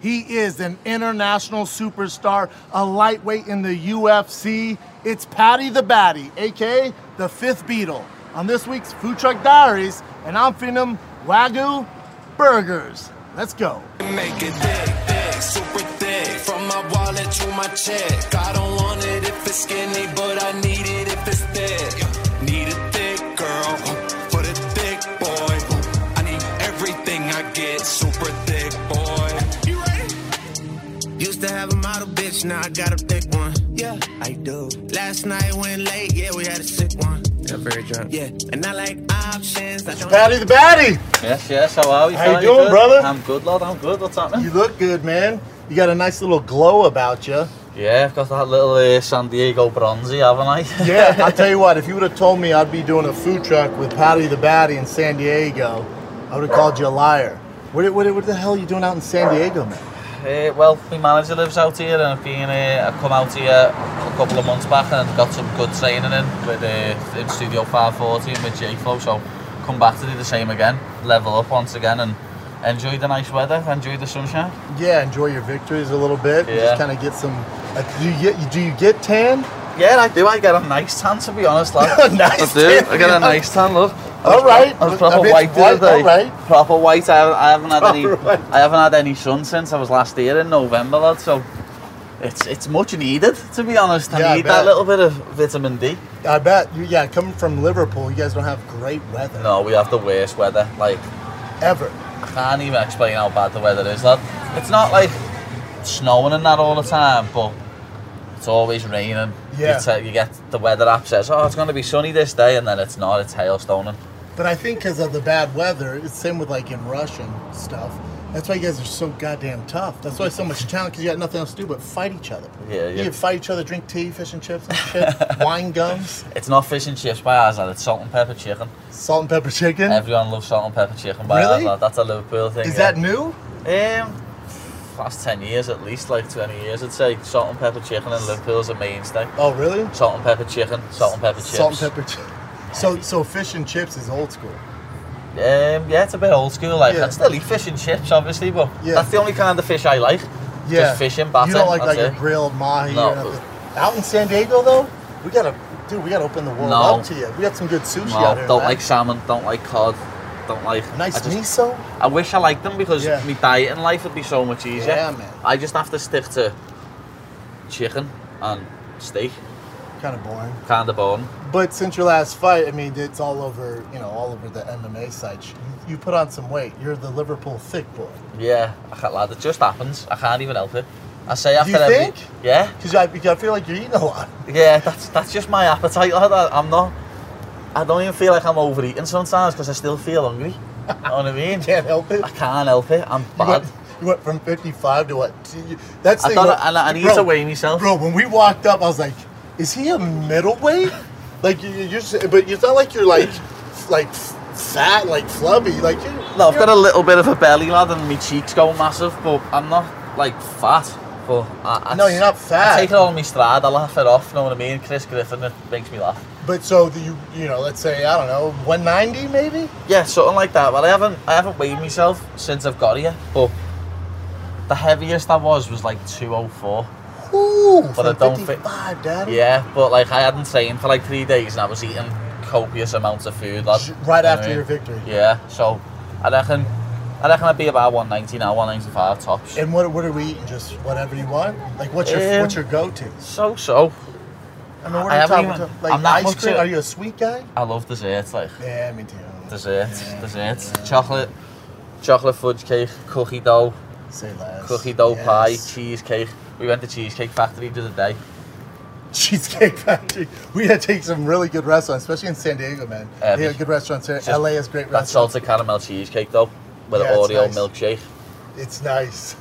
He is an international superstar, a lightweight in the UFC. It's Patty the Batty, aka the Fifth Beetle, on this week's Food Truck Diaries, and I'm feeding him Wagyu burgers. Let's go. Make it thick, thick, super thick. From my wallet to my check. I don't want it if it's skinny, but I need it if it's thick. Need a thick girl for the thick boy. I need everything I get, super thick boy. You ready? Used to have a model bitch, now I got a thick one. Yeah, I do. Last night went late, yeah, we had a sick one. Yeah, very drunk. Yeah, and I like options. I don't Patty the Batty, Yes, yes. How are we? How you fella? doing, good? brother? I'm good, lad. I'm good. What's you happening? look good, man. You got a nice little glow about you. Yeah, I've got that little uh, San Diego bronzy, haven't I? Yeah, I'll tell you what, if you would have told me I'd be doing a food truck with Patty the Batty in San Diego, I would have called you a liar. What, what, what the hell are you doing out in San Diego, man? uh, well, my manager lives out here, and I've been. Uh, I come out here a couple of months back and got some good training in with uh, in Studio 540 and with J Flow. So come back to do the same again, level up once again, and enjoy the nice weather, enjoy the sunshine. Yeah, enjoy your victories a little bit. and Yeah. Just kind of get some. Uh, do you get do you get tan? Yeah, I do. I get a nice tan, to be honest, lad. Nice I do. tan, I get yeah. a nice tan, love. All right. I was A proper bit white the white, other day. all right. Proper white. I haven't, I haven't had any. All right. I haven't had any sun since I was last here in November, lad. So it's it's much needed, to be honest. I Yeah, I need bet. that little bit of vitamin D. I bet. You, yeah, coming from Liverpool, you guys don't have great weather No, we have the worst weather. Like ever. I can't even explain how bad the weather is, lad. It's not like snowing and that all the time, but it's always raining. Yeah. You, te- you get the weather app says, oh, it's going to be sunny this day, and then it's not. It's hailstoning. But I think because of the bad weather, it's same with like in Russian stuff. That's why you guys are so goddamn tough. That's why so much talent because you got nothing else to do but fight each other. Yeah, You yeah. can fight each other, drink tea, fish and chips and shit, wine gums, It's not fish and chips by ours, lad. It's salt and pepper chicken. salt and pepper chicken. Everyone loves salt and pepper chicken by Really? ours, lad. That's a Liverpool thing. Is yeah. that new? Um, last 10 years at least, like 20 years, I'd say. Salt and pepper chicken in Liverpool's a mainstay. Oh, really? Salt and pepper chicken, salt and pepper chips. Salt and pepper chicken. So, so fish and chips is old school. Um, yeah, it's a bit old school. Like, Yeah. I still eat fish and chips, obviously, but Yeah. that's the only kind of fish I like. Yeah. Just fish and batter. You don't like that's like a it. grilled mahi No. or nothing. Out in San Diego though, we gotta, dude, we gotta open the world No. up to you. We got some good sushi No, out here. don't man. like salmon, don't like cod, don't like. nice I just- miso. I wish I liked them because Yeah. my diet in life would be so much easier. Yeah, man. I just have to stick to chicken and steak, Kind of boring. kind of bone. But since your last fight, I mean, it's all over, you know, all over the MMA side. You, you put on some weight. You're the Liverpool thick boy. Yeah, I can't, lad, it just happens. I can't even help it. I say after you every. think? Yeah, Because I, because I feel like you're eating a lot. yeah, that's that's just my appetite, lad. I, I'm not. I don't even feel like I'm overeating sometimes because I still feel hungry. you know what I mean? Can't help it. I can't help it. I'm You bad. went, you went from 55 to what? To you- That's I the thought thing, I, I, I need bro, to weigh myself. Bro, when we walked up, I was like, "Is he a middleweight?" like you, you're, s- but it's not like you're like, like fat, like flubby, like you. No, I've you're- got a little bit of a belly, lad, and my cheeks go massive, but I'm not like fat. But I, I, No, you're not fat. I take it all on my stride. I laugh it off. Know what I mean? Chris Griffin it makes me laugh. But so the, you, you know, let's say I don't know, 190 maybe. Yeah, something like that. But I haven't, I haven't weighed myself since I've got here. But the heaviest I was was like 204. Ooh, But I from don't think- 55, Daddy. Yeah, but like I hadn't trained for like three days, and I was eating copious amounts of food, lad. Sh- You Right know what I after mean? your victory. Yeah, so I reckon, I reckon I'd be about 190 now, 195 tops. And what, what are we eating? Just whatever you want. Like what's your Um, what's your go-to? so so. I mean, what I are we haven't talking even- about? Like I'm not ice much cream? of- Are you a sweet guy? I love desserts, like Yeah, me too. desserts, desserts, chocolate, chocolate fudge cake, cookie dough, Say less. cookie dough pie, Yes. cheesecake. We went to Cheesecake Factory the other day. Cheesecake Factory. We had to take some really good restaurants, especially in San Diego, man. Yeah, they but have good restaurants here. just- LA has great That restaurants. salted caramel cheesecake though, with Yeah, an it's Oreo nice. milkshake. It's nice.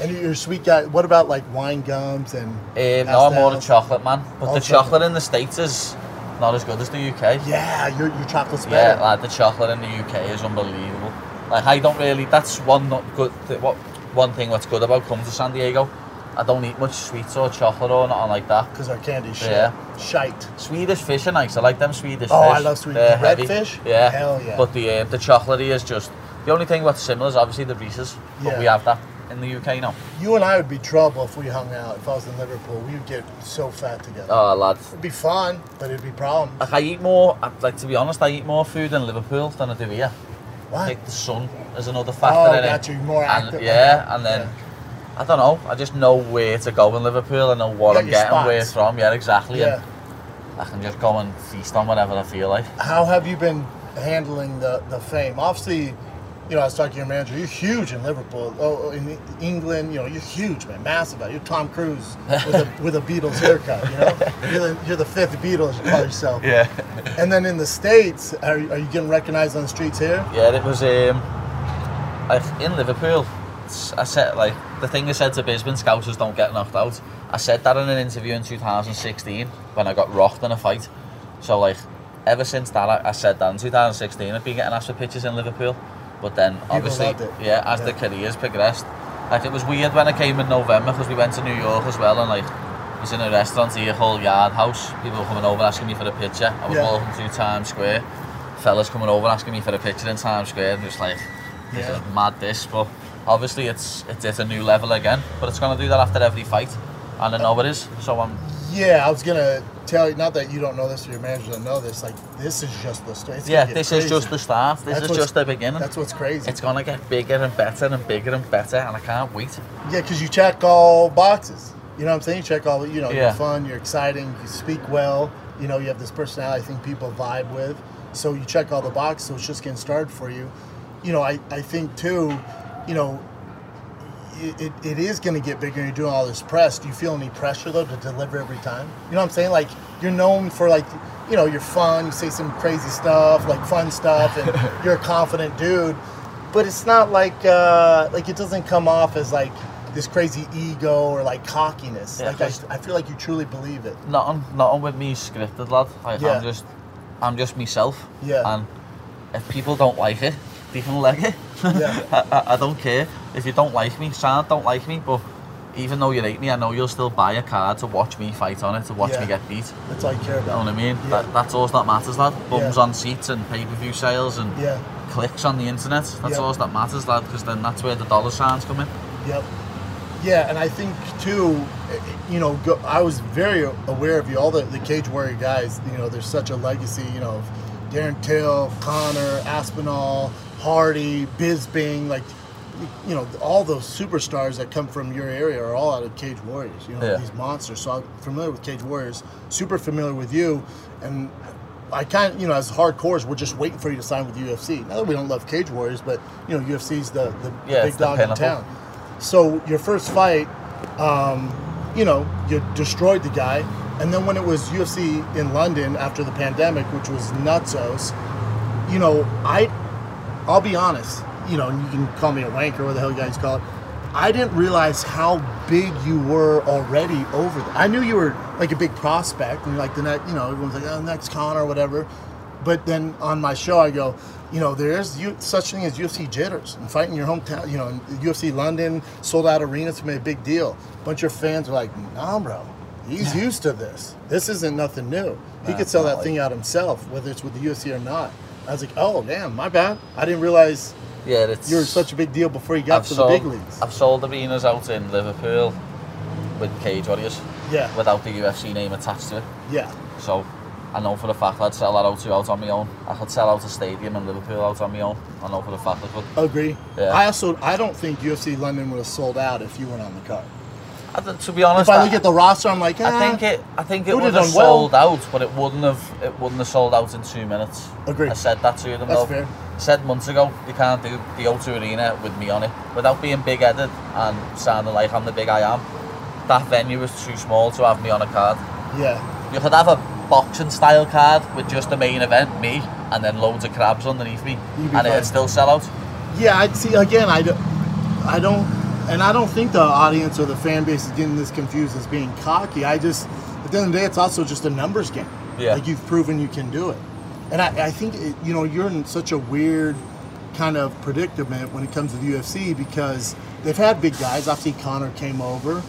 And you're a sweet guy. What about like wine gums and? Um, no, I'm more a pastels? chocolate man, but All the chocolate. chocolate in the states is not as good as the UK. Yeah, your your chocolate's Yeah, better. like the chocolate in the UK is unbelievable. Like I don't really. That's one not good. th- What one thing what's good about coming to San Diego, I don't eat much sweets or chocolate or nothing like that. Because our candy's shit. Yeah. Shite. Swedish fish are nice. I like them Swedish Oh, fish. I love Swedish- They're red heavy. fish? Yeah. uh, Hell yeah. But the um, the chocolatey is just the only thing what's similar is obviously the Reese's. But Yeah. we have that in the UK now? You and I would be trouble if we hung out. If I was in Liverpool, we would get so fat together. Oh, lads. it'd be fun, but it'd be problems. Like I eat more. I- Like to be honest, I eat more food in Liverpool than I do here. Why? Like the sun is another Ah. Oh, factor in gotcha, it. you're more and, active like that. Yeah, and then I don't know. I just know where to go in Liverpool. I know what got I'm your getting, where spots. from. Yeah, exactly. Yeah. And I can just go and feast on whatever I feel like. How have you been handling the, the fame? Obviously, you know, I was talking to your manager. You're huge in Liverpool. Oh, in England, you know, you're huge, man, massive. You're Tom Cruise with a, with a Beatles haircut. You know, you're the, you're the fifth Beatles. You call yourself. Yeah. And then in the states, are, are you getting recognized on the streets here? Yeah, it was um, like in Liverpool. s- I said like the thing I said to Brisbane scouters don't get knocked out. I said that in an interview in 2016 when I got rocked in a fight. So like ever since that, I, I said that in 2016 I've been getting asked for pictures in Liverpool, but then obviously loved it. yeah, as the Yeah. careers progressed, like it was weird when I came in November because we went to New York as well and like. I was in a restaurant here, whole yard house. People were coming over asking me for a picture. I was Yeah. walking through Times Square. Fellas coming over asking me for a picture in Times Square. And just like, this Yeah. is mad this, but obviously it's it's at a new level again. But it's gonna do that after every fight, and I know it is. So I'm Yeah, I was gonna tell you. Not that you don't know this or your manager doesn't know this. Like this is just the story. yeah, this is just the start. This That's is what's- just the beginning. That's what's crazy. It's gonna get bigger and better and bigger and better, and I can't wait. Yeah, because you check all boxes. You know what I'm saying? You check all. You know, you're Yeah. fun, you're exciting, you speak well. You know, you have this personality I think people vibe with. So you check all the boxes. So it's just getting started for you. You know, I I think too. You know. It, it, it is going to get bigger. You're doing all this press. Do you feel any pressure though to deliver every time? You know what I'm saying? Like you're known for like, you know, you're fun. You say some crazy stuff, like fun stuff, and you're a confident dude but it's not like uh, like it doesn't come off as like this crazy ego or like cockiness. Yeah, like I, just- I feel like you truly believe it. not on not on with me scripted lad. Like Yeah. I'm just I'm just myself. Yeah. And if people don't like it, they can leg it. Yeah. I, I, I don't care. If you don't like me, sad don't like me, but even though you hate me, I know you'll still buy a card to watch me fight on it, to watch Yeah. me get beat. That's all you care You know about. what I mean? Yeah. That, that's all that matters, lad. Bums Yeah. on seats and pay-per-view sales and Yeah. clicks on the internet. That's Yeah. all that matters, lad, because then that's where the dollar signs come in. Yep. Yeah, and I think too, eh, you know, go, I was very aware of you. All the, the Cage Warrior guys, you know, there's such a legacy, you know, of Darren Till, Connor, Aspinall, Hardy, Bisbing, like, you know, all those superstars that come from your area are all out of Cage Warriors, you know, Yeah. these monsters. So I'm familiar with Cage Warriors, super familiar with you, and I kind of, you know, as hardcores, we're just waiting for you to sign with UFC. Now that we don't love Cage Warriors, but, you know, UFC's the, the Yeah, big it's the dog in pinnacle. town. So your first fight, um, you know, you destroyed the guy, and then when it was UFC in London after the pandemic, which was nutsos, you know, I, I'll be honest, you know, and you can call me a wanker, what the hell you guys call it. I didn't realize how big you were already over there. I knew you were like a big prospect, and you're like the next, you know, everyone's like, oh, next con or whatever. But then on my show, I go, you know, there is you, such thing as UFC jitters and fighting your hometown. You know, and UFC London sold out arenas made a big deal. bunch of fans were like, nah, bro, he's used to this. This isn't nothing new. He could it's sell not that like- thing out himself, whether it's with the UFC or not. I was like, oh damn, my bad. I didn't realize Yeah, it's you were such a big deal before you got to the big leagues. I've sold arenas out in Liverpool with Cage Warriors. Yeah. Without the UFC name attached to it. yeah, So I know for a fact I'd sell that out to out on my own. I could sell out a stadium in Liverpool out on my own. I know for a fact I could. agree. Yeah. I also I don't think UFC London would have sold out if you weren't on the card. I don't- to be honest, If I I- look at the roster, I'm like, I ah, think it. I think it Would would have have done well. sold out, but it wouldn't have. It wouldn't have sold out in two minutes. Agreed. I said that to them. That's though. fair. Said months ago, you can't do the O2 Arena with me on it without being big-headed and sounding like I'm the big I am. That venue was too small to have me on a card. yeah, You could have a boxing style card with just the main event, me, and then loads of crabs underneath me, You'd and be fine. it'd still sell out. yeah. I see again. I don't, I don't, and I don't think the audience or the fan base is getting this confused as being cocky. I just at the end of the day, it's also just a numbers game. Yeah. like you've proven you can do it, and I, I think it, you know you're in such a weird kind of predicament when it comes to the UFC because they've had big guys. Obviously, Connor came over.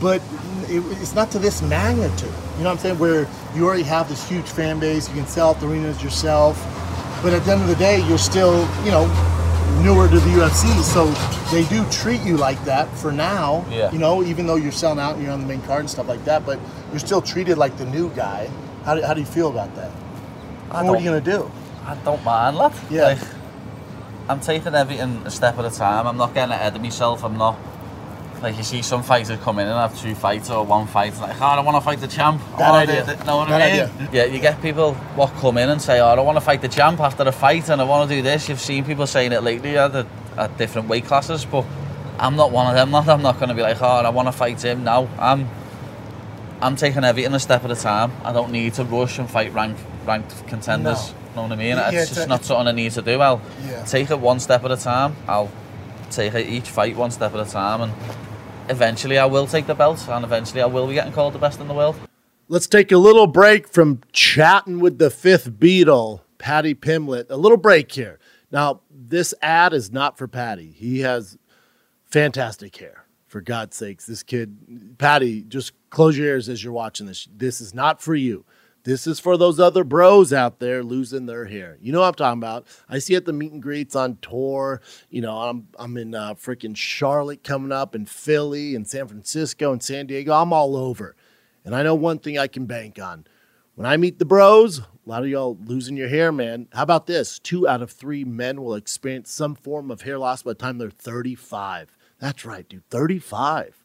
but it, it's not to this magnitude. You know what I'm saying? Where you already have this huge fan base, you can sell out the arenas yourself, but at the end of the day, you're still, you know, newer to the UFC, so they do treat you like that for now. Yeah. You know, even though you're selling out and you're on the main card and stuff like that, but you're still treated like the new guy. How do, how do you feel about that? I And what are you don't- gonna do? I don't mind, lad. Yeah. Like, I'm taking everything a step at a time. I'm not getting ahead of myself. I'm not. Like you see some fighters come in and have two fights or one fight, and like, oh, I don't want to fight the champ. I Bad wanna idea. do thi- know what I Bad mean? idea. Yeah, you get people what come in and say, oh, I don't want to fight the champ after a fight, and I want to do this. You've seen people saying it lately at, the, at different weight classes, but I'm not one of them. Lad. I'm not going to be like, oh, I want to fight him now. I'm I'm taking everything a step at a time. I don't need to rush and fight rank, ranked contenders. Know what I mean? Yeah, it's it's just a- not something I need to do. I'll Yeah. take it one step at a time. I'll take it each fight one step at a time, and eventually I will take the belt, and eventually I will be getting called the best in the world. Let's take a little break from chatting with the fifth Beatle, Patty Pimlet. A little break here. Now, this ad is not for Patty. He has fantastic hair. For God's sakes, this kid, Patty, just close your ears as you're watching this. This is not for you. This is for those other bros out there losing their hair. You know what I'm talking about. I see at the meet and greets on tour. You know, I'm I'm in uh, freaking Charlotte coming up, and Philly, and San Francisco, and San Diego. I'm all over. And I know one thing I can bank on. When I meet the bros, a lot of y'all losing your hair, man. How about this? Two out of three men will experience some form of hair loss by the time they're 35. That's right, dude, 35.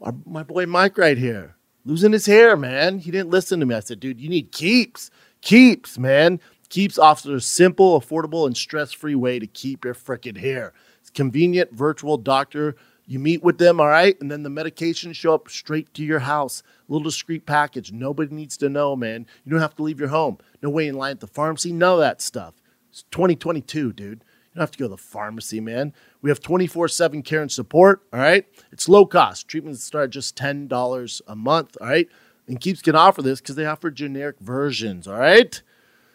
Our- my boy Mike right here, losing his hair, man. He didn't listen to me. I said, dude, you need keeps. Keeps, man. Keeps offers a simple, affordable, and stress free way to keep your frickin' hair. It's convenient, virtual doctor. You meet with them, all right? And then the medications show up straight to your house. Little discreet package. Nobody needs to know, man. You don't have to leave your home. No waiting in line at the pharmacy. None of that stuff. It's 2022, dude. You don't have to go to the pharmacy, man. We have 24 7 care and support. All right. It's low cost. Treatments start at just $10 a month. All right. And Keeps can offer this because they offer generic versions. All right.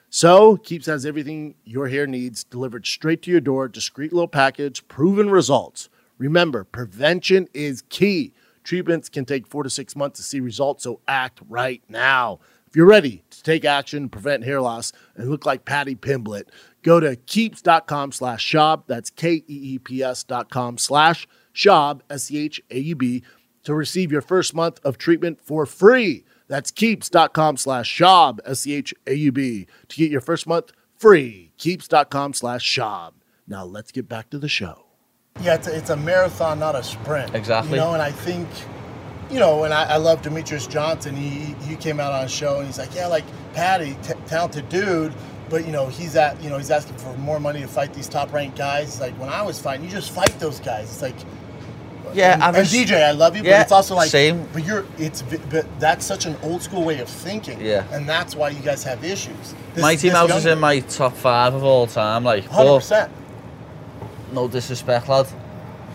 So Keeps has everything your hair needs delivered straight to your door, discreet little package, proven results. Remember, prevention is key. Treatments can take four to six months to see results, so act right now. If you're ready to take action, prevent hair loss, and look like Patty Pimblett, go to keeps.com slash shop. That's E K-E-E-P-S dot com slash shop, S-C-H-A-U-B, to receive your first month of treatment for free. That's keeps.com slash shab, S C H A U B, to get your first month free. Keeps.com slash shab. Now let's get back to the show. Yeah, it's a, it's a marathon, not a sprint. Exactly. You know, and I think, you know, and I, I love Demetrius Johnson. He he came out on a show and he's like, yeah, like Patty, t- talented dude, but you know he's at you know he's asking for more money to fight these top ranked guys. It's like when I was fighting, you just fight those guys. It's like Yeah, and, I'm and a- DJ, I love you, but yeah, it's also like same. But you're it's vi- but that's such an old school way of thinking. Yeah. and that's why you guys have issues. This- my team this house is young- in my Oh. top five of all time. Like, but 100%. no disrespect, lad.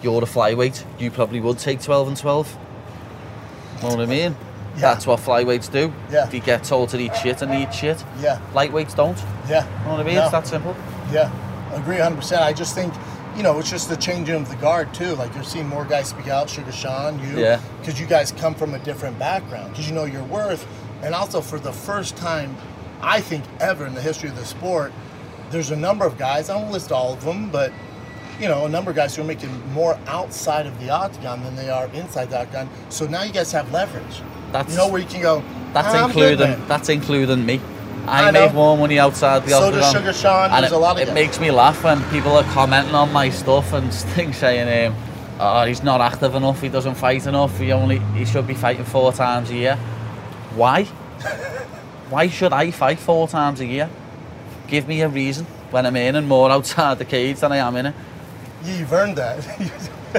You're a flyweight. You probably would take 12 and 12. Know what I mean? Yeah. That's what flyweights do. Yeah. They get told to eat shit and they eat shit. Yeah, Lightweights don't. yeah. Know what I mean? No. It's that simple. Yeah, agree 100%. I just think, you know, it's just the changing of the guard, too. Like, you're seeing more guys speak out, Sugar Sean, you. Yeah. Because you guys come from a different background, because you know your worth. And also, for the first time, I think, ever in the history of the sport, there's a number of guys, I won't list all of them, but, you know, a number of guys who are making more outside of the octagon than they are inside the octagon. So now you guys have leverage. That's- you know where you can go. That's Ah, "I'm good, including man." that's including me. I, I know. make more money outside the So office. does Sugar Sean, and there's it, a lot of it guys. makes me laugh when people are commenting on my stuff and things saying, um, "Oh, he's not active enough. He doesn't fight enough. He only he should be fighting four times a year." Why? Why should I fight four times a year? Give me a reason when I'm in and more outside the cage than I am in it. Yeah, you've earned that.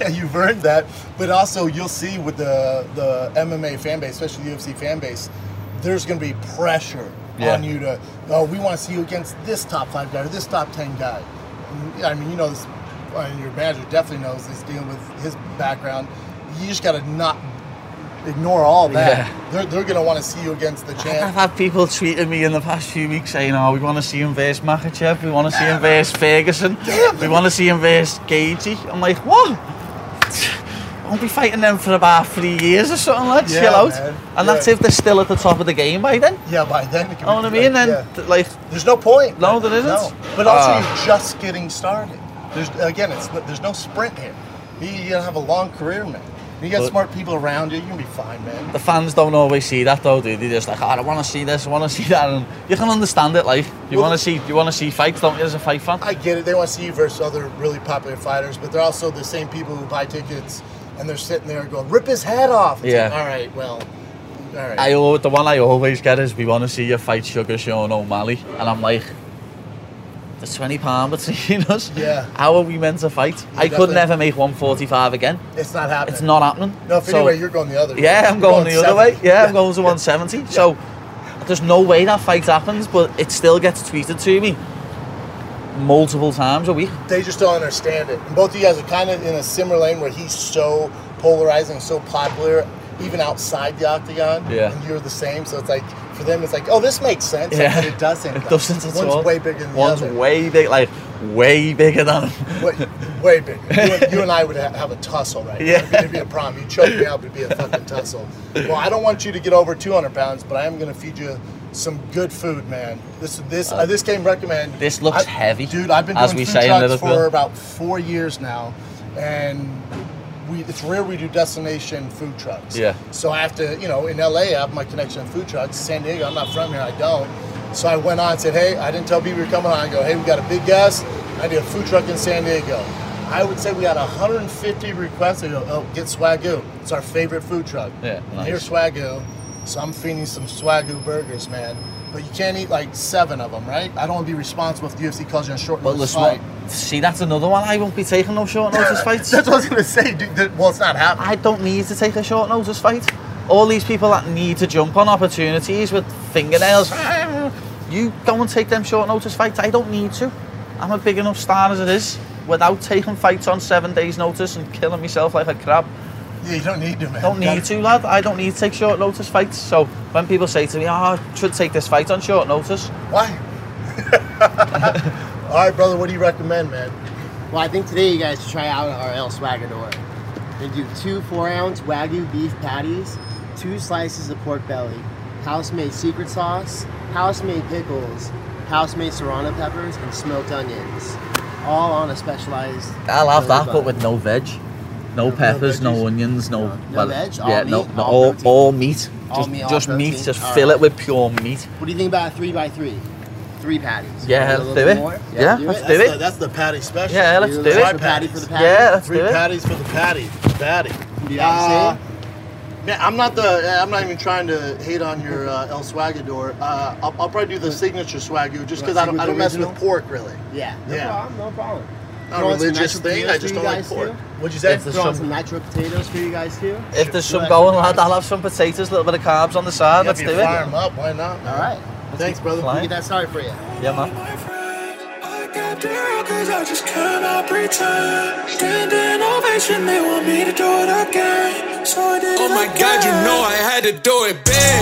yeah, you've earned that. But also, you'll see with the the MMA fan base, especially the UFC fan base, there's going to be pressure Yeah. on you to, oh, we want to see you against this top five guy or this top ten guy. And, I mean, you know this, and your manager definitely knows this dealing with his background. You just got to not ignore all that. Yeah. They're, they're going to want to see you against the I've champ. had people tweeting me in the past few weeks saying, oh, we want to see him versus Makachev, we want to see him versus Ferguson, we want to see him versus Gagey. I'm like, what? I'll be fighting them for about three years or something, lads. Yeah, Chill out. man. And Yeah. that's if they're still at the top of the game by then. Yeah, by then. It can You know what I be- mean? And yeah. th- like, There's no point. No, there isn't. But also, Ah. you're just getting started. There's again, it's there's no sprint here. You, you're gonna have a long career, man. You got But- smart people around you. You're gonna be fine, man. the fans don't always see that though, do they? They're just like, oh, I want to see this, I want to see that, and you can understand it. Like, you Well, want to see, you want to see fights, don't you? As a fight fan, I get it. They want to see you versus other really popular fighters, but they're also the same people who buy tickets and they're sitting there going, "Rip his head off." It's like, Yeah. all right. Well. All right. I al- the one I always get is we want to see you fight Sugar Sean O'Malley, and I'm like, there's 20 pound between us. Yeah. How are we meant to fight? I could definitely. never make 145 again. it's not happening. It's not happening. No, if So- anyway, you're going the other. way. Yeah, I'm You're going, the other way. 70. Yeah, I'm going to 170. So there's no way that fight happens, but it still gets tweeted to me multiple times a week. they just don't understand it. And both of you guys are kind of in a similar lane where he's so polarizing, so popular, even outside the octagon. Yeah. And you're the same. So it's like, for them, it's like, oh, this makes sense. Yeah. But it doesn't. It doesn't at One's all. way bigger than the One's other. way big, like way bigger than. way, way bigger. You, and- you and I would ha- have a tussle right Yeah. now. It'd be a problem. You choke me out, it'd be a fucking tussle. Well, I don't want you to get over 200 pounds, but I am going to feed you some good food, man. This this uh, this game recommend. this looks I- heavy, dude. I've been as doing we food say in trucks Liverpool. for about four years now, and. We, it's rare we do destination food trucks. Yeah. So I have to, you know, in LA, I have my connection in food trucks. San Diego, I'm not from here, I don't. So I went on and said, hey, I didn't tell people you're coming on. I go, hey, we got a big guest. I did a food truck in San Diego. I would say we had 150 requests. I go, oh, get Swagoo. It's our favorite food truck. Yeah, And nice. Here's Swagoo. So I'm feeding some Swagoo burgers, man. But you can't eat like seven of them, right? I don't want to be responsible if the UFC calls you on short But notice listen, fight. see, that's another one. I won't be taking no short notice fights. That's what I was gonna say, dude. That- Well, it's not happening. I don't need to take a short notice fight. All these people that need to jump on opportunities with fingernails, you go and take them short notice fights. I don't need to. I'm a big enough star as it is without taking fights on seven days' notice and killing myself like a crab. Yeah, you don't need to, man. Don't You need to, lad. I don't need to take short notice fights. So when people say to me, oh, I should take this fight on short notice, Why? All right, brother. What do you recommend, man? Well, I think today you guys should try out our El Swagador. They do two four-ounce Wagyu beef patties, two slices of pork belly, house-made secret sauce, house-made pickles, house-made serrano peppers, and smoked onions, all on a specialized. I'll have curly that, but bun. with no veg, no peppers, no, veggies. onions, no, No veg, all yeah, no, meat, no, all all, protein. all meat, All just, meat, all just meat, protein. just All fill right. it with pure meat. What do you think about a three by three? Three patties. Yeah, Want a let's little do bit it. more? Yeah, do let's it. do it. The- that's the patty special. Yeah, let's do Do the it. three patty for the patty. Yeah, let's Three do it. patties for the patty. Patty. Do you guys see? Man, I'm not the. I'm not even trying to hate on your uh, El Swagador. Uh, I'll, I'll probably do the signature Swagyu just because I don't, I don't mess with Original? pork really. Yeah. No Yeah. problem. No problem. Not You a want some religious nitro thing. potatoes I for just you don't like guys pork. too? What'd you say? It's the Throw on some- some nitro potatoes for you guys too. If there's Sure. some going, lad, I'll have some potatoes, a little bit of carbs on the side. Yeah, Let's if do you it. Fire 'em up. Why not? All right. Thanks, brother. We'll Fine. get that started for you. Yeah, man. My friends, I got there 'cause I just cannot pretend. Standing ovation, they want me to do it again. So I did Oh it my again. god, you know I had to do it big.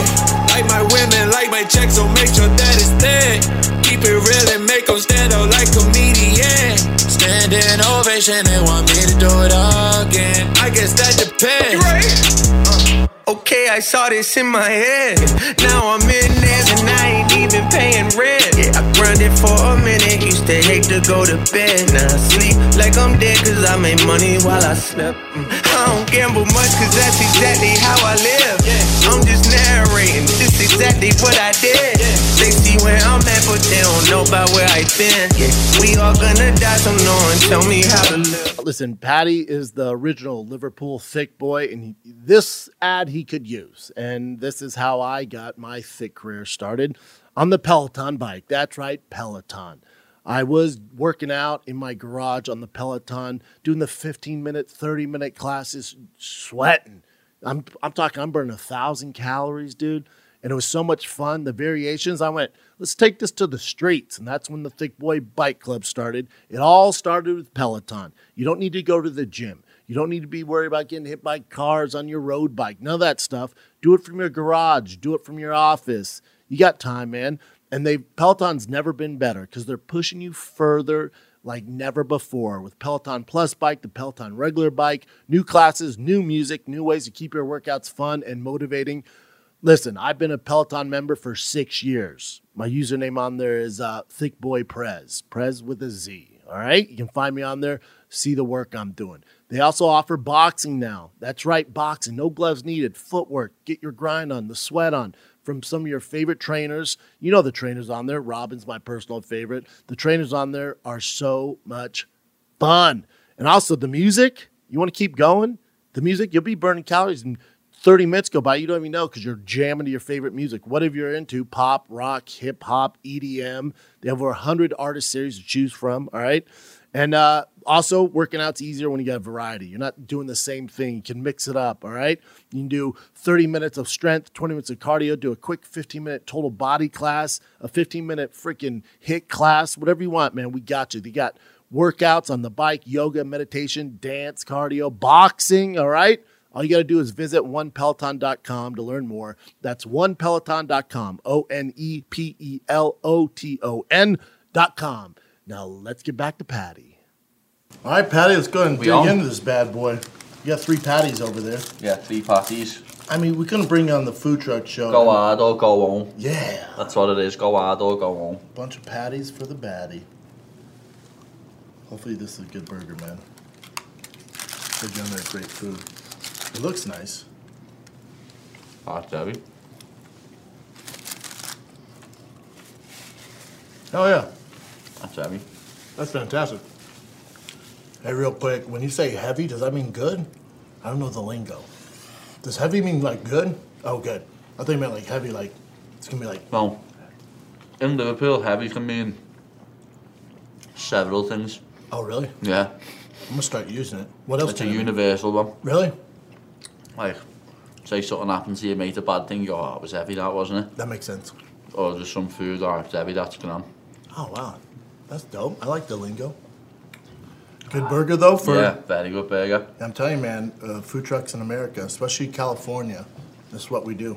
Like my women, like my checks, so make sure that it's thick. Keep it real and make 'em stand out like comedian. Standing ovation, they want me to do it again. I guess that depends. Uh, Okay, I saw this in my head. Now I'm in this and I ain't even paying rent. Yeah, I grinded for a minute, used to hate to go to bed. Now I sleep like I'm dead cause I made money while I slept. Mm, I don't gamble much cause that's exactly how I live. I'm just narrating, this exactly what I did. They see where I'm at, but they don't know about where I've been. Yeah, we all gonna die, so no one tell me how to live. Listen, Patty is the original Liverpool thick boy, and he, this ad he could use. And this is how I got my thick career started on the Peloton bike. That's right, Peloton. I was working out in my garage on the Peloton, doing the 15 minute, 30 minute classes, sweating. I'm, I'm talking, I'm burning a thousand calories, dude. And it was so much fun. The variations, I went, let's take this to the streets. And that's when the Thick Boy Bike Club started. It all started with Peloton. You don't need to go to the gym. You don't need to be worried about getting hit by cars on your road bike. None of that stuff. Do it from your garage, do it from your office. You got time, man. And they Peloton's never been better because they're pushing you further like never before with Peloton Plus Bike, the Peloton regular bike, new classes, new music, new ways to keep your workouts fun and motivating. Listen, I've been a Peloton member for six years. My username on there is uh, Thick Boy Prez, Prez with a Z. All right, you can find me on there, see the work I'm doing. They also offer boxing now. That's right, boxing. No gloves needed, footwork, get your grind on, the sweat on from some of your favorite trainers. You know the trainers on there. Robin's my personal favorite. The trainers on there are so much fun. And also the music, you want to keep going? The music, you'll be burning calories and 30 minutes go by. You don't even know because you're jamming to your favorite music. Whatever you're into, pop, rock, hip hop, EDM. They have over 100 artist series to choose from. All right. And uh, also, working out's easier when you got variety. You're not doing the same thing. You can mix it up. All right. You can do 30 minutes of strength, 20 minutes of cardio, do a quick 15 minute total body class, a 15 minute freaking hit class, whatever you want, man. We got you. They got workouts on the bike, yoga, meditation, dance, cardio, boxing. All right. All you got to do is visit onepeloton.com to learn more. That's onepeloton.com, O N E P E L O T O N.com. Now let's get back to Patty. All right, Patty, let's go ahead and We dig on? into this bad boy. You got three patties over there. Yeah, three parties. I mean, we couldn't bring on the food truck show. Go hard or go home. Yeah, That's what it is. Go hard or go home. a bunch of patties for the baddie. Hopefully, this is a good burger, man. They're doing their great food. It looks nice. Hard Jerry. Oh yeah. That's Jerry. That's fantastic. Hey, real quick, when you say heavy, does that mean good? I don't know the lingo. Does heavy mean like good? Oh, good. I think it meant like heavy, like it's gonna be like Well, in Liverpool, heavy can mean several things. oh, really? Yeah, I'm gonna start using it. What else? it's a can it mean? universal one. Really? Like, say something happened to you, mate, a bad thing, you go, oh, it was heavy, that wasn't That makes sense. it? Or just some food, oh, it's heavy, that's gone. Oh wow, that's dope. I like the lingo. Good burger though for. Yeah, very good burger. I'm telling you, man, uh, food trucks in America, especially California, that's what we do.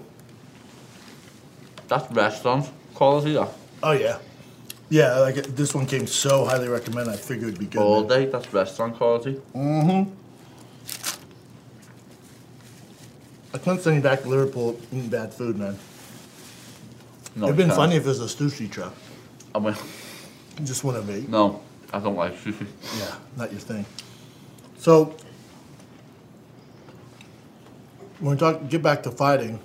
That's restaurant quality, that. Oh yeah, yeah. Like this one came so highly recommended. I figured it'd be good. All man. day, that's restaurant quality. I couldn't send you back to Liverpool eating bad food, man. No, It'd you been can't. funny if it was a sushi truck. I mean, You just wouldn't have ate. no, I don't like sushi. Yeah, not your thing. So, when we talk, get back to fighting,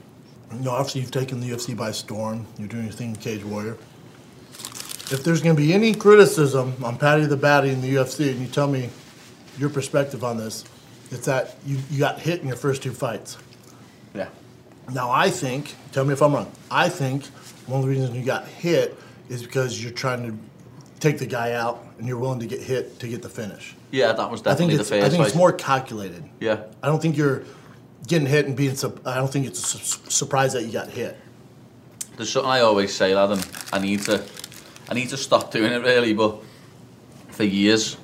you know, obviously you've taken the UFC by storm. You're doing your thing, Cage Warrior. If there's going to be any criticism on Patty the Batty in the UFC, and you tell me your perspective on this, it's that you, you got hit in your first two fights. Yeah. Now, I think, tell me if I'm wrong, I think one of the reasons you got hit is because you're trying to take the guy out and you're willing to get hit to get the finish. Yeah, that was I think definitely it's, the first I think it's fight. more calculated. Yeah. I don't think you're getting hit and being, sup- I don't think it's a su- surprise that you got hit. There's something I always say, lad, and I need to, I need to stop doing it really. But for years,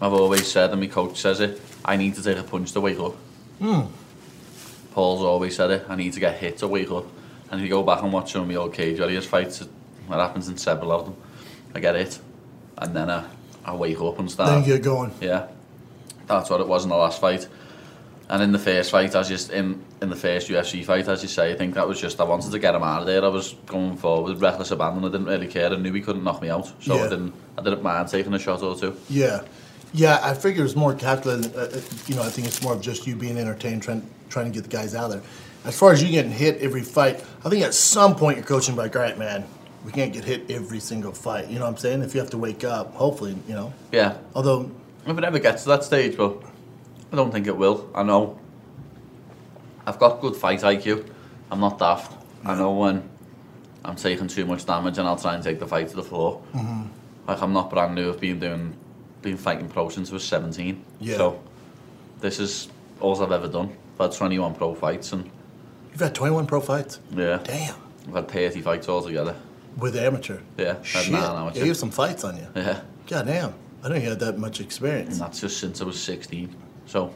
I've always said, and my coach says it, I need to take a punch to wake up. Hmm. Paul's always said it. I need to get hit to wake up. And if you go back and watch some of my old cage warriors fights, it it happens in several of them. I get hit, and then I, I wake up and start. Then you get going. Yeah, that's what it was in the last fight. And in the first fight, as just in in the first UFC fight, as you say, I think that was just I wanted to get him out of there. I was going forward with reckless abandon. I didn't really care. I knew he couldn't knock me out, so Yeah. I didn't. I didn't mind taking a shot or two. Yeah. Yeah, I figure it's more calculated. Uh, uh, you know, I think it's more of just you being entertained, trying, trying to get the guys out of there. As far as you getting hit every fight, I think at some point your coaching like, all right, man, we can't get hit every single fight. You know what I'm saying? If you have to wake up, hopefully, you know. Yeah, Although, if it ever gets to that stage, but I don't think it will. I know. I've got good fight IQ. I'm not daft. I know when I'm taking too much damage, and I'll try and take the fight to the floor. Like I'm not brand new. I've been doing, been fighting pro since I was 17. Yeah. So this is all I've ever done. I've had 21 pro fights, and you've had 21 pro fights. yeah, Damn. I've had 30 fights altogether. With amateur. Yeah, I've Shit. had nine amateur. Yeah, you have some fights on you. Yeah, God damn. I didn't have that much experience. and that's just since I was 16. So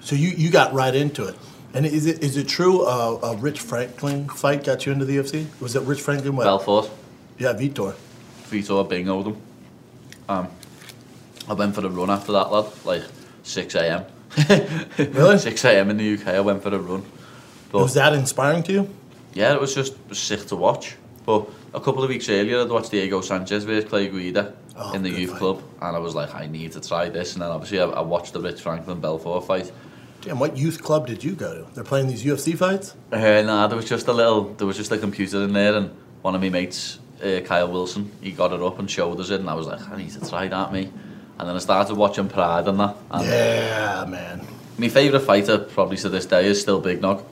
So you, you got right into it. And is it is it true uh, a Rich Franklin fight got you into the UFC? Was it Rich Franklin? What? Belfort. Yeah, Vitor. Vitor Bingo them. Um, I went for a run after that, lad. Like 6 a.m. really? 6 a.m. in the UK. I went for a run. But Was that inspiring to you? yeah, it was just sick to watch. But a couple of weeks earlier, I'd watched Diego Sanchez versus Clay Guida Oh, in the good youth fight. club, and I was like, I need to try this. And then obviously, I, I watched the Rich Franklin Belfort fight. Damn, what youth club did you go to? They're playing these UFC fights? Uh, nah, there was just a little, there was just a computer in there, and one of my mates, uh, Kyle Wilson, he got it up and showed us it, and I was like, I need to try that, me. And then I started watching Pride and that. And Yeah, man. My favourite fighter, probably to this day, is still Big Nog.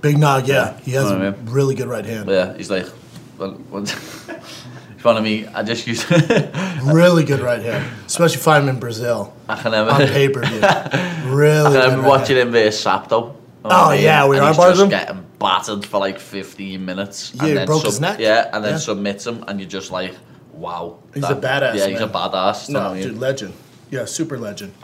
Big Nog, yeah. He has Oh, a yeah. really good right hand. But yeah, he's like, well, what- he's one of me. I just used, I Really good right hand. Especially if I'm in Brazil can on never. pay per view. Really I good. remember right watching hand. him versus Sapto. Oh, yeah, we and he's armbarred just him. getting battered for like 15 minutes. Yeah, he broke his neck. Yeah, and then Yeah. submits him, and you're just like, wow. He's a badass, Yeah, he's a man. badass. you know what No, I mean? dude, legend. Yeah, super legend.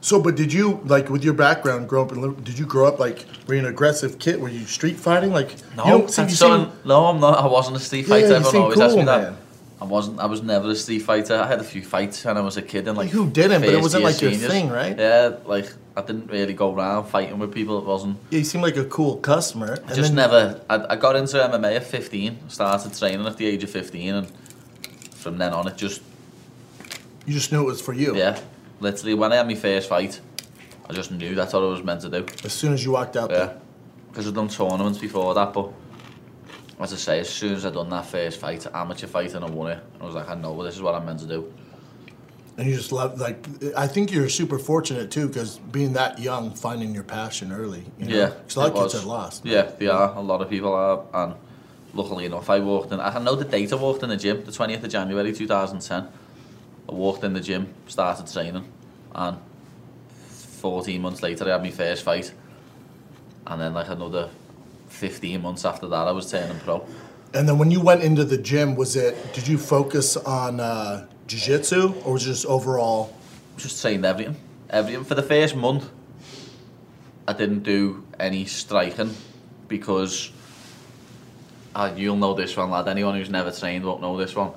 So, but did you like with your background, grow up in? Liver- Did you grow up like were you an aggressive kid? Were you street fighting? Like No, you don't see, you that's seem- something- no, I'm not. I wasn't a street Yeah, fighter. you Everyone seem always asks cool, me that. man. I wasn't. I was never a street fighter. I had a few fights when I was a kid, and like Who didn't? But it first wasn't, year like, your seniors. thing, right? Yeah, like I didn't really go around fighting with people. It wasn't. yeah, you seem like a cool customer. And just then- never. I, I got into MMA at 15. Started training at the age of 15, and from then on, it just You just knew it was for you. yeah. Literally, when I had my first fight, I just knew that's what I was meant to do. As soon as you walked out Yeah, there. because I'd done tournaments before that, but as I say, as soon as I'd done that first fight, amateur fight, and I won it, I was like, I know this is what I'm meant to do. And you just love like I think you're super fortunate too because being that young, finding your passion early. You know? Yeah, 'Cause a lot it of kids was. are lost. Yeah, they are. A lot of people are, and luckily enough, I walked in. I know the date I walked in the gym, the 20th of January 2010. I walked in the gym, started training, and 14 months later, I had my first fight, and then like another 15 months after that, I was turning pro. And then when you went into the gym, was it? Did you focus on uh, jiu-jitsu or was it just overall? just trained everything. Everything. For the first month, I didn't do any striking because uh, you'll know this one, lad. Anyone who's never trained won't know this one.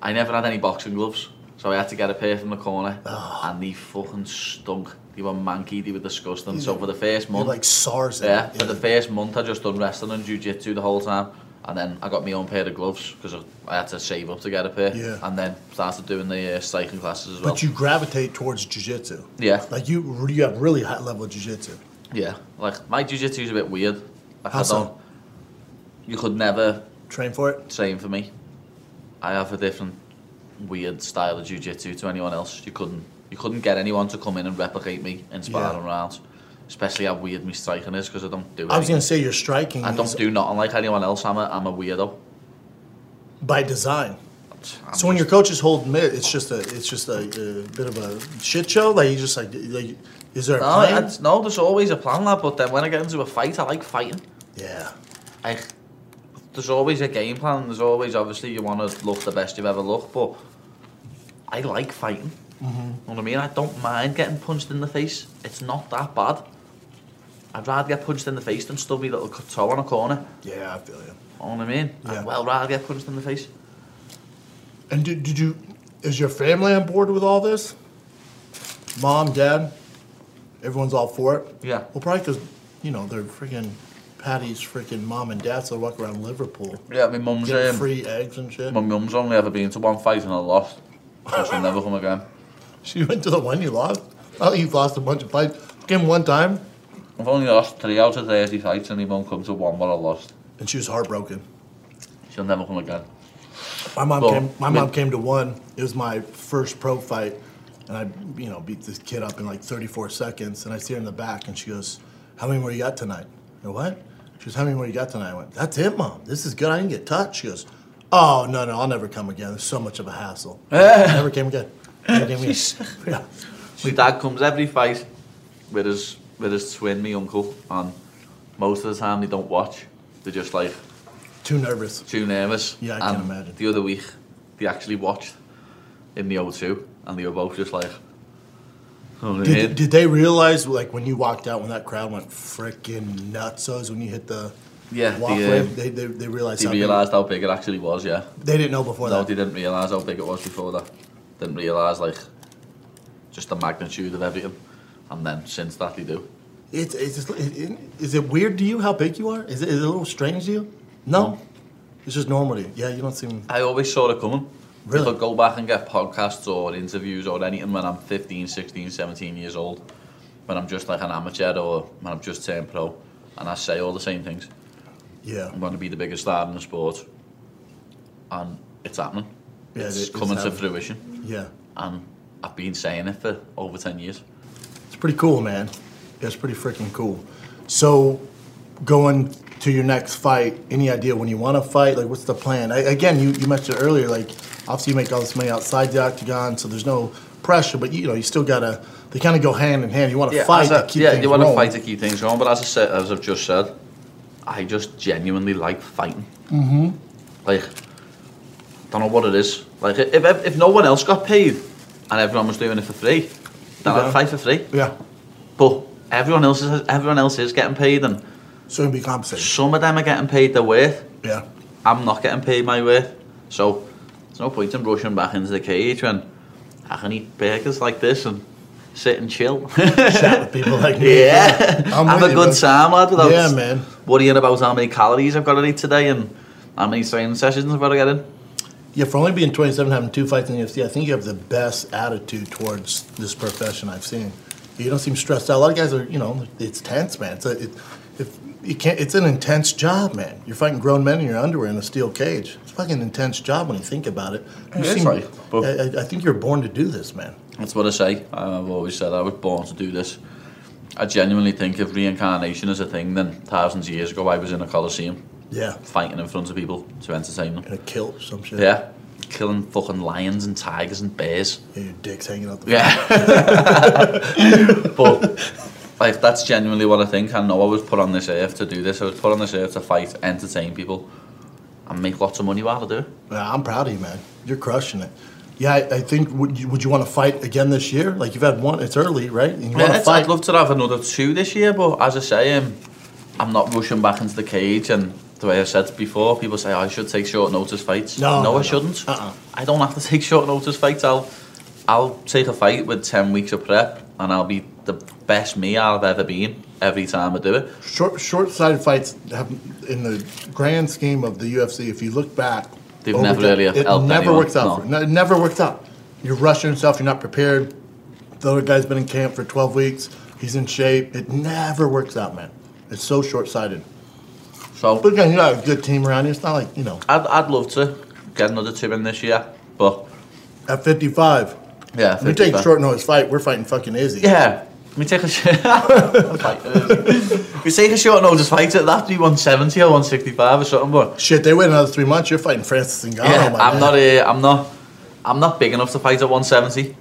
I never had any boxing gloves, so I had to get a pair from the corner, and they fucking stunk. They were manky, they were disgusting. So for the first month, Like SARS. in it. yeah, for the first month, I just done wrestling and jiu-jitsu the whole time. And then I got my own pair of gloves because I had to save up to get a pair. Yeah. And then started doing the uh, striking classes as well. But you gravitate towards jujitsu. Yeah. Like you, you have really high level jujitsu. Yeah, like my jiu-jitsu is a bit weird. Like, How I so? don't. You could never Train for it. train for me. I have a different weird style of jiu-jitsu to anyone else. You couldn't. You couldn't get anyone to come in and replicate me in sparring Yeah. rounds, especially how weird my striking is because I don't do. I was anything. gonna say you're striking. I is don't do nothing like anyone else. I'm a, I'm a weirdo. by design. I'm so when just- your coaches hold mid, it's just a it's just a, a bit of a shit show. Like you just like like is there a no, plan? it's- no, there's always a plan, lad. But then when I get into a fight, I like fighting. yeah. like there's always a game plan. There's always obviously you want to look the best you've ever looked, but I like fighting. Mm-hmm. You know what I mean? I don't mind getting punched in the face. It's not that bad. I'd rather get punched in the face than stub my little c- toe on a corner. Yeah, I feel you. You know what I mean? Yeah. I'd well rather get punched in the face. And did, did you? Is your family on board with all this? Mom, dad, everyone's all for it. Yeah. Well, probably because you know they're freaking Patty's freaking mom and dad, so they walk around Liverpool. Yeah, my mum's Get um, free eggs and shit. my mum's only ever been to one fight and I lost. So she'll never come again. She went to the one you lost. Oh, you've lost a bunch of fights. Came one time, I've only lost three out of thirty fights and he won't come to one where I lost. and she was heartbroken. She'll never come again. My mom Well, came. My I mean- mom came to one. It was my first pro fight, and I, you know, beat this kid up in like 34 seconds. And I see her in the back, and she goes, "How many more you got tonight?" I go, "What?" She goes, "How many more you got tonight?" I went, "That's it, mom. This is good. I didn't get touched." She goes, "Oh no, no, I'll never come again. There's so much of a hassle. never came again. Never came again. yeah, My dad comes every fight with his with his twin, my uncle, and most of the time they don't watch. They're just like too nervous. too nervous. Yeah, I can And imagine. The other week, they actually watched in the O2, and they were both just like, "Oh, man." Did, did they realize like when you walked out when that crowd went freaking nuts? So when you hit the Yeah, the, walkway, um, they, they they realized they how big- realised how big it actually was. Yeah, they didn't know before no, that. they didn't realise how big it was before that. Didn't realise like just the magnitude of everything. And then since that, they do. It's, it's just, it, it, is it weird to you how big you are? Is it, is it a little strange to you? No. It's just normal to you. Yeah, you don't seem. I always saw it coming. Really? If I go back and get podcasts or interviews or anything when I'm 15, 16, 17 years old, when I'm just like an amateur or when I'm just turned pro, and I say all the same things. Yeah. I'm going to be the biggest star in the sport. And it's happening. Yeah, it's it- it's coming to happening. fruition. Yeah. And I've been saying it for over 10 years. It's pretty cool, man. Yeah, it's pretty freaking cool. So, going to your next fight, any idea when you want to fight? Like, what's the plan? I, again, you, you mentioned earlier, like, obviously you make all this money outside the octagon, so there's no pressure, but you know, you still gotta, they kind of go hand in hand. You want to fight as I- to keep yeah, things you want to rolling. fight to keep things going. But as I said, as I've just said, I just genuinely like fighting. Mm-hmm. Like, don't know what it is. Like, if if if no one else got paid and everyone was doing it for free, then Yeah. I'd fight for free. Yeah. But everyone else is everyone else is getting paid, and So you'll be compensated. some of them are getting paid their worth. Yeah. I'm not getting paid my worth, so there's no point in rushing back into the cage when I can eat burgers like this and sit and chill. Chat with people like me. Yeah, I'm have with a you, good man. time, lad. Without Yeah, man. Worrying about how many calories I've got to eat today and how many training sessions I've got to get in. Yeah, for only being 27, having two fights in the UFC, I think you have the best attitude towards this profession I've seen. You don't seem stressed out. A lot of guys are, you know, it's tense, man. It's a, it, if you can't, it's an intense job, man. You're fighting grown men in your underwear in a steel cage. It's a fucking intense job when you think about it. You It is seem- right, but- I, I- I think you're born to do this, man. That's what I say. I've always said I was born to do this. I genuinely think if reincarnation is a thing, then thousands of years ago I was in a coliseum Yeah, fighting in front of people to entertain them. and a kilt or some shit. Yeah, killing fucking lions and tigers and bears. Yeah, your dick's hanging out the. Yeah. but like that's genuinely what I think. I know I was put on this earth to do this. I was put on this earth to fight, entertain people, and make lots of money while I do. it. Yeah, I'm proud of you, man. You're crushing it. Yeah, I, I think would you, would you want to fight again this year? Like you've had one. It's early, right? And You Yeah, want to it's- fight? I'd love to have another two this year, but as I say, um, I'm not rushing back into the cage. And the way I said before, people say "Oh, I should take short notice fights. No, no, I no. shouldn't. Uh-uh. I don't have to take short notice fights. I'll, I'll take a fight with ten weeks of prep, and I'll be the best me I've ever been every time I do it. Short, short-sighted fights have, in the grand scheme of the UFC, if you look back, They've over never the- really it helped never anyone, works out. no. For, no, it never works out. You're rushing yourself. You're not prepared. The other guy's been in camp for 12 weeks. He's in shape. It never works out, man. It's so short-sighted. So But again, you got a good team around you. It's not like you know I'd, I'd love to get another two in this year, but at 55. yeah, We take a 55. short notice fight. We're fighting fucking Izzy. Yeah, we take a short. we take a short notice fight. It that be one seventy or one sixty five or something. But Shit, they wait another three months. You're fighting Francis Ngannou. yeah, Oh my I'm man. not. A, I'm not. I'm not big enough to fight at one seventy.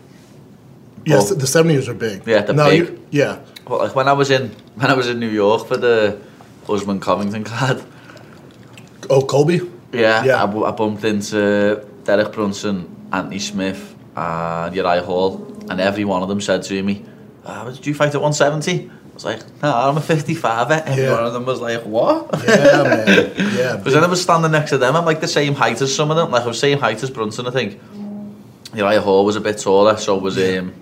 Yes, Oh. the 70s are big. Yeah, they're no, big. you- yeah. But like when I was in when I was in New York for the Usman Covington card, Oh, Colby. yeah, Yeah. I, bu- I bumped into Derek Brunson, Anthony Smith, and Uriah Hall, and every one of them said to me, ah, "Did you fight at one seventy? I was like, "No, I'm a 55." Every Yeah. one of them was like, "What?" Yeah, man. Yeah. Because then I was standing next to them, I'm like the same height as some of them. Like I was same height as Brunson, I think. Mm. Uriah Hall was a bit taller, so was um,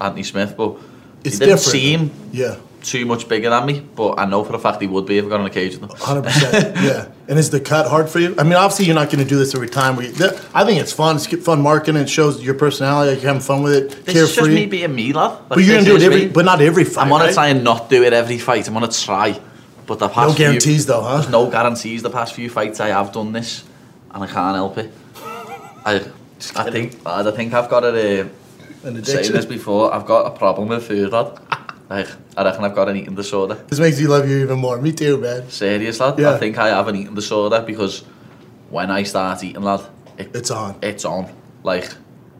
Anthony Smith, but It's he didn't different. seem Yeah, too much bigger than me. But I know for a fact he would be if I got in a cage with him. hundred percent. Yeah, and is the cut hard for you? I mean, obviously you're not going to do this every time. We, th- I think it's fun. It's get- fun marketing. It shows your personality. Like you're having fun with it. This carefree. is just me being me, lad. Like, but you're this going to do it is every, me. but not every fight. I'm gonna right? try and not do it every fight. I'm gonna try, but the past No few- guarantees, though, huh? There's no guarantees. The past few fights I have done this, and I can't help it. I, I think, lad, I think I've got a. Uh, An saying addiction. this This. before, I've got a problem with food, lad. Like, I reckon I've got an eating disorder. makes you love you even more. Me too, man. Serious, lad. Yeah. I think I have an eating disorder because when I start eating, lad, it, It's on. it's on. Like,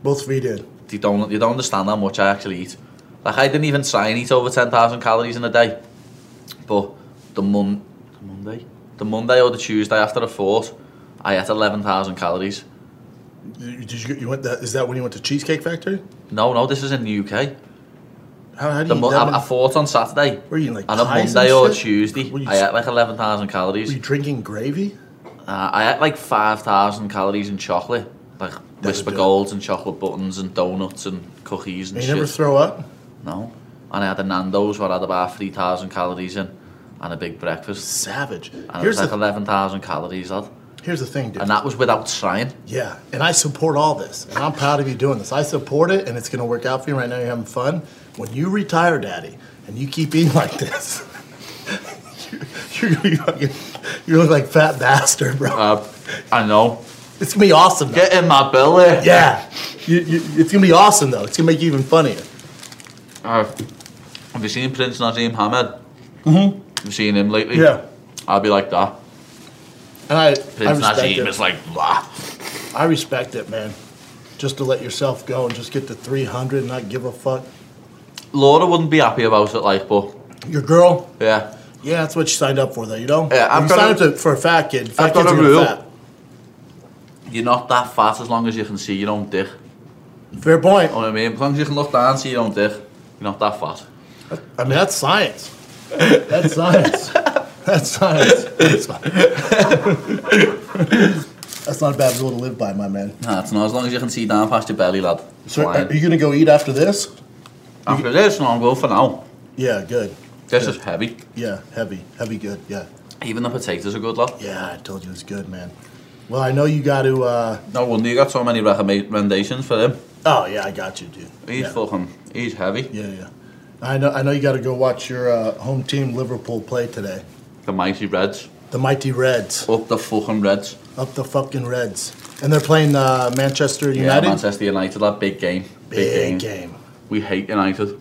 Both feet in. you don't, you don't understand how much I actually eat. Like, I didn't even try and eat over 10,000 calories in a day. But the, mon- the Monday? The Monday or the Tuesday after I fought, I ate 11,000 calories. You- Did you, you went that? Is that when you went to Cheesecake Factory? No, no, this is in the UK. How, how do The you? mo- eat that I, many- I fought on Saturday. Were you eating, like, and on pies and Monday or shit? Tuesday, Were you I s- ate like 11,000 were calories. you drinking gravy? Uh, I ate like 5,000 calories in chocolate. Like, whisper do it. golds and chocolate buttons and donuts and cookies and You shit. never throw up? no. And I had a Nando's where I had about 3,000 calories in and a big breakfast. Savage. And it was Here's like the, 11,000 calories, lad. here's the thing, dude. And that was without trying. Yeah, and I support all this. And I'm proud of you doing this. I support it, and it's going to work out for you. Right now, you're having fun. When you retire, Daddy, and you keep eating like this, you're going to be fucking, you look like fat bastard, bro. Uh, I know. it's going to be awesome. Though. Get in my belly. Yeah, you, you, it's going to be awesome, though. It's going to make you even funnier. Uh, have you seen Prince Nazim Hamed? Mm-hmm. Have you seen him lately? Yeah. I'll be like that. And I, I Prince respect Nazim it. is like, blah. I respect it, man. Just to let yourself go and just get to 300 and not give a fuck. Laura wouldn't be happy about it, like, but Your girl, yeah. Yeah, that's what you signed up for, though. You know, Yeah, I've When you got signed a- up to, for a fat kid. Fat I've got kids a are gonna rule. Fat. You're not that fat as long as you can see your own dick. Fair point. You know what I mean? As long as you can look down and see your own dick, you're not that fat. I mean, that's science. That's science. that's science. That's, fine. That's not a bad rule to live by, my man. Nah, it's not. As long as you can see down past your belly, lad. It's So, fine. are you gonna go eat after this? After this, no, I'm good for now. Yeah, good. This is heavy. Yeah, heavy, heavy, good. Yeah, Even the potatoes are good, lad. yeah. I told you it's good, man. Well, I know you got to. Uh... No wonder you got so many recommendations for him. Oh yeah, I got you, dude. He's yeah. fucking, he's heavy. Yeah, yeah. I know. I know you got to go watch your uh, home team Liverpool play today. The mighty Reds. The mighty Reds. Up the fucking Reds. Up the fucking Reds. And they're playing uh, Manchester Yeah, United. Manchester United, that big game. Big game. We hate United.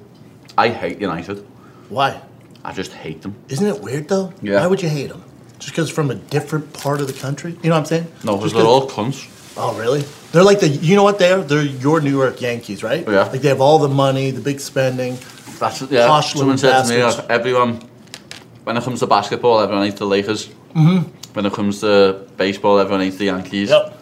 I hate United. Why? I just hate them. Isn't it weird though? Yeah. Why would you hate them? Just because from a different part of the country? You know what I'm saying? No, because Just they're all cunts. Oh, really? They're like the. You know what they are? They're your New York Yankees, right? Oh, Yeah. Like they have all the money, the big spending. That's yeah. Posh little Someone said to me, bastards. like, everyone, when it comes to basketball, everyone hates the Lakers. Mm-hmm. When it comes to baseball, everyone hates the Yankees. Yep.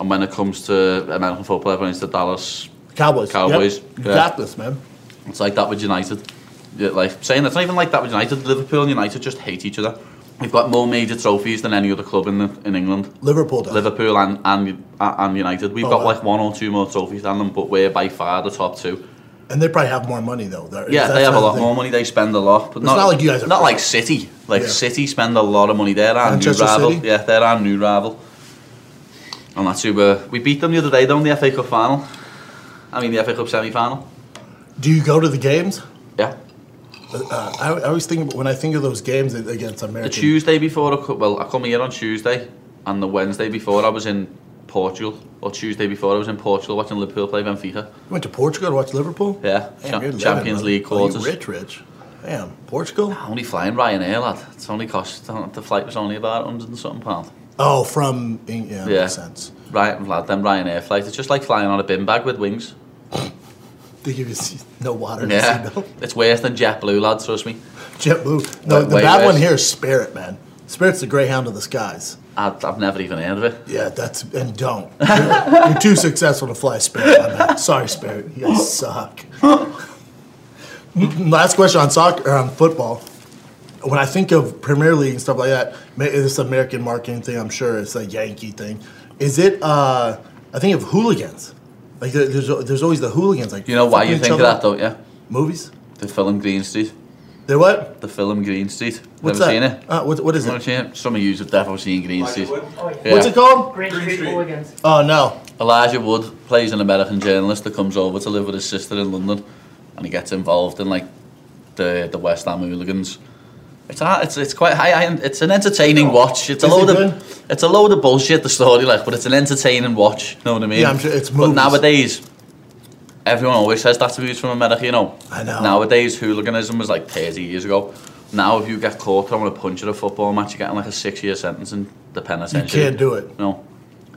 And when it comes to American football, everyone hates the Dallas. Cowboys. Cowboys, Yep. You yeah. got this, man. It's like that with United. Yeah, like saying it's not even like that with United. Liverpool and United just hate each other. We've got more major trophies than any other club in the, in England. Liverpool does. Liverpool and and, and United. We've Oh, got wow. like one or two more trophies than them, but we're by far the top two. And they probably have more money though. They're- Yeah, that's they have a another lot thing. more money. They spend a lot, but It's not like you guys are Not broke. like City. Like Yeah. City spend a lot of money. They're our Manchester new rival. City? Yeah, they're our new rival. And that's who we're, we beat them the other day. Down the FA Cup final. I mean the FA Cup semi final. Do you go to the games? Yeah, Uh, I, I always think when I think of those games against the America. Tuesday before. I co- well, I come here on Tuesday, and the Wednesday before I was in Portugal, or Tuesday before I was in Portugal watching Liverpool play Benfica. You went to Portugal to watch Liverpool? Yeah, Damn, Cha- you're living, Champions man. League Oh, you quarters. rich, rich. Damn, Portugal? Only flying Ryanair, lad. It's only cost. The flight was only about hundred and something pound. Oh, from Eng- yeah, Yeah. makes sense. Right, lad, them Ryanair flights. It's just like flying on a bin bag with wings. They give you se- no water. in the Yeah, seatbelt. it's worse than JetBlue, lad. Trust me. JetBlue. No, Wait, the wait, bad wait. one here is Spirit, man. Spirit's the Greyhound of the skies. I'd, I've never even heard of it. Yeah, that's and don't. You're, you're too successful to fly Spirit. My man. Sorry, Spirit. You guys suck. Last question on soccer or on football. When I think of Premier League and stuff like that, ma- this American marketing thing, I'm sure it's a Yankee thing. Is it? uh I think of hooligans. Like there- there's there's always the hooligans. Like You know why fucking you each think of other that, don't you? Movies. The film Green Street. They're what? The film Green Street. What's never that? seen it. Uh, what, what is Never it? seen it. Some of you have definitely seen Green Street. Yeah. What's it called? Green Street Hooligans. Oh no. Elijah Wood plays an American journalist that comes over to live with his sister in London, and he gets involved in like the the West Ham hooligans. It's a, it's it's quite high. high- It's an entertaining watch. It's a Is it load good? of it's a load of bullshit the story like, but it's an entertaining watch. You know what I mean? Yeah, I'm sure it's But movies. nowadays, everyone always says that's movies from America. You know. I know. Nowadays, hooliganism was like 30 years ago. Now, if you get caught throwing a punch at a football match, you're getting like a six-year sentence and the penalty. You can't do it. No,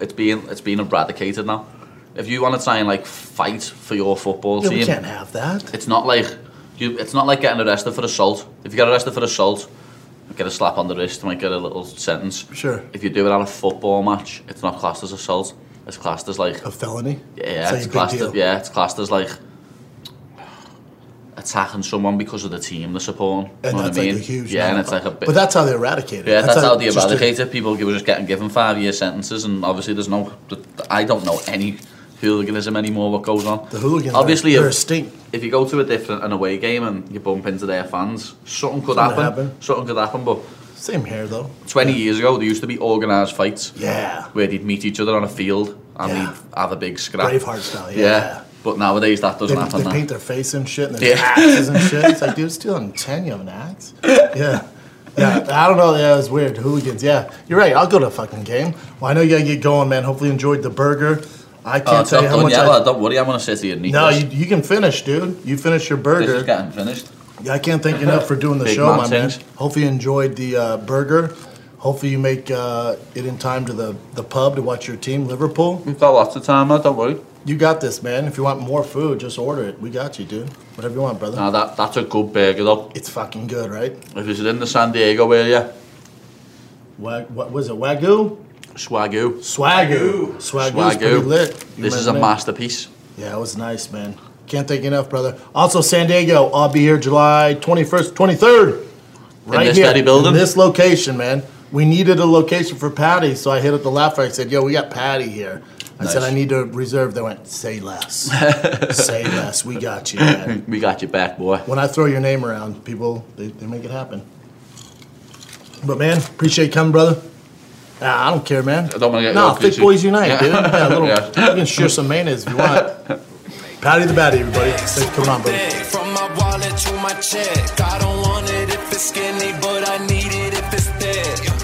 it's being it's being eradicated now. If you want to try and like fight for your football Yeah, team, we can't have that. it's not like you. It's not like getting arrested for assault. If you get arrested for assault, you get a slap on the wrist, you might get a little sentence. Sure. If you do it at a football match, it's not classed as assault. It's classed as like A felony. yeah, So it's you big classed as, deal. yeah, it's classed as like attacking someone because of the team they're supporting. And know that's what I mean? like a huge. yeah, and no- it's like a bit. But that's how they eradicate it. yeah, that's, how they just a- eradicate it. People were just getting given five year sentences, and obviously there's no. I don't know any hooliganism anymore. What goes on? The hooligans. Obviously, they're if- a stink. if you go to a different an away game and you bump into their fans, something could Something happen. happen. Something could happen. But Same here though. 20 years ago, there used to be organised fights Yeah. where they'd meet each other on a field and Yeah. they'd have a big scrap. Braveheart style. Yeah. Yeah. But nowadays that They, doesn't happen. they now. paint their face and shit, and there's Yeah. axes and shit. It's like, dude, it's 2010. You have an axe. Yeah. Yeah, I don't know. Yeah, it's weird. Hooligans. Yeah, you're right. I'll go to a fucking game. Well, I know you gotta get going, man. Hopefully, you enjoyed the burger. I Oh, can't it's tell not you how done much. yet. I, well, don't worry, I'm gonna sit here and eat no, this. you, you can finish, dude. You finish your this is burger. getting finished. Yeah, I can't thank you enough for doing the Big show, my man. mountains. Hopefully you enjoyed the uh, burger. Hopefully you make uh, it in time to the, the pub to watch your team, Liverpool. We've got lots of time now, don't worry. You got this, man. If you want more food, just order it. We got you, dude. Whatever you want, brother. Now that that's a good burger though. It's fucking good, right? If it's in the San Diego area, Wag, what was it? Wagyu? swagoo. Swagoo. Swagoo's Swagoo. pretty lit. You This is a remember that? masterpiece. Yeah, it was nice, man. Can't thank you enough, brother. Also, San Diego. I'll be here July 21st, 23rd. Right this here, very building? In this location, man. We needed a location for Patty, so I hit up the laugh. I said, yo, we got Patty here. I said, Nice. I need to reserve. They went, say less. say less. We got you, man. We got your back, boy. When I throw your name around, people, they, they make it happen. But, man, appreciate you coming, brother. Nah, I don't care, man. I don't wanna get Nah, yelled, thick please. boys unite, dude. Yeah, a little, Yeah. You can share some mayonnaise if you want. Patty the Batty, everybody. Thanks for coming on, brother. thing. From my wallet to my check. I don't want it if it's skinny, but I need it if it's thick. uh,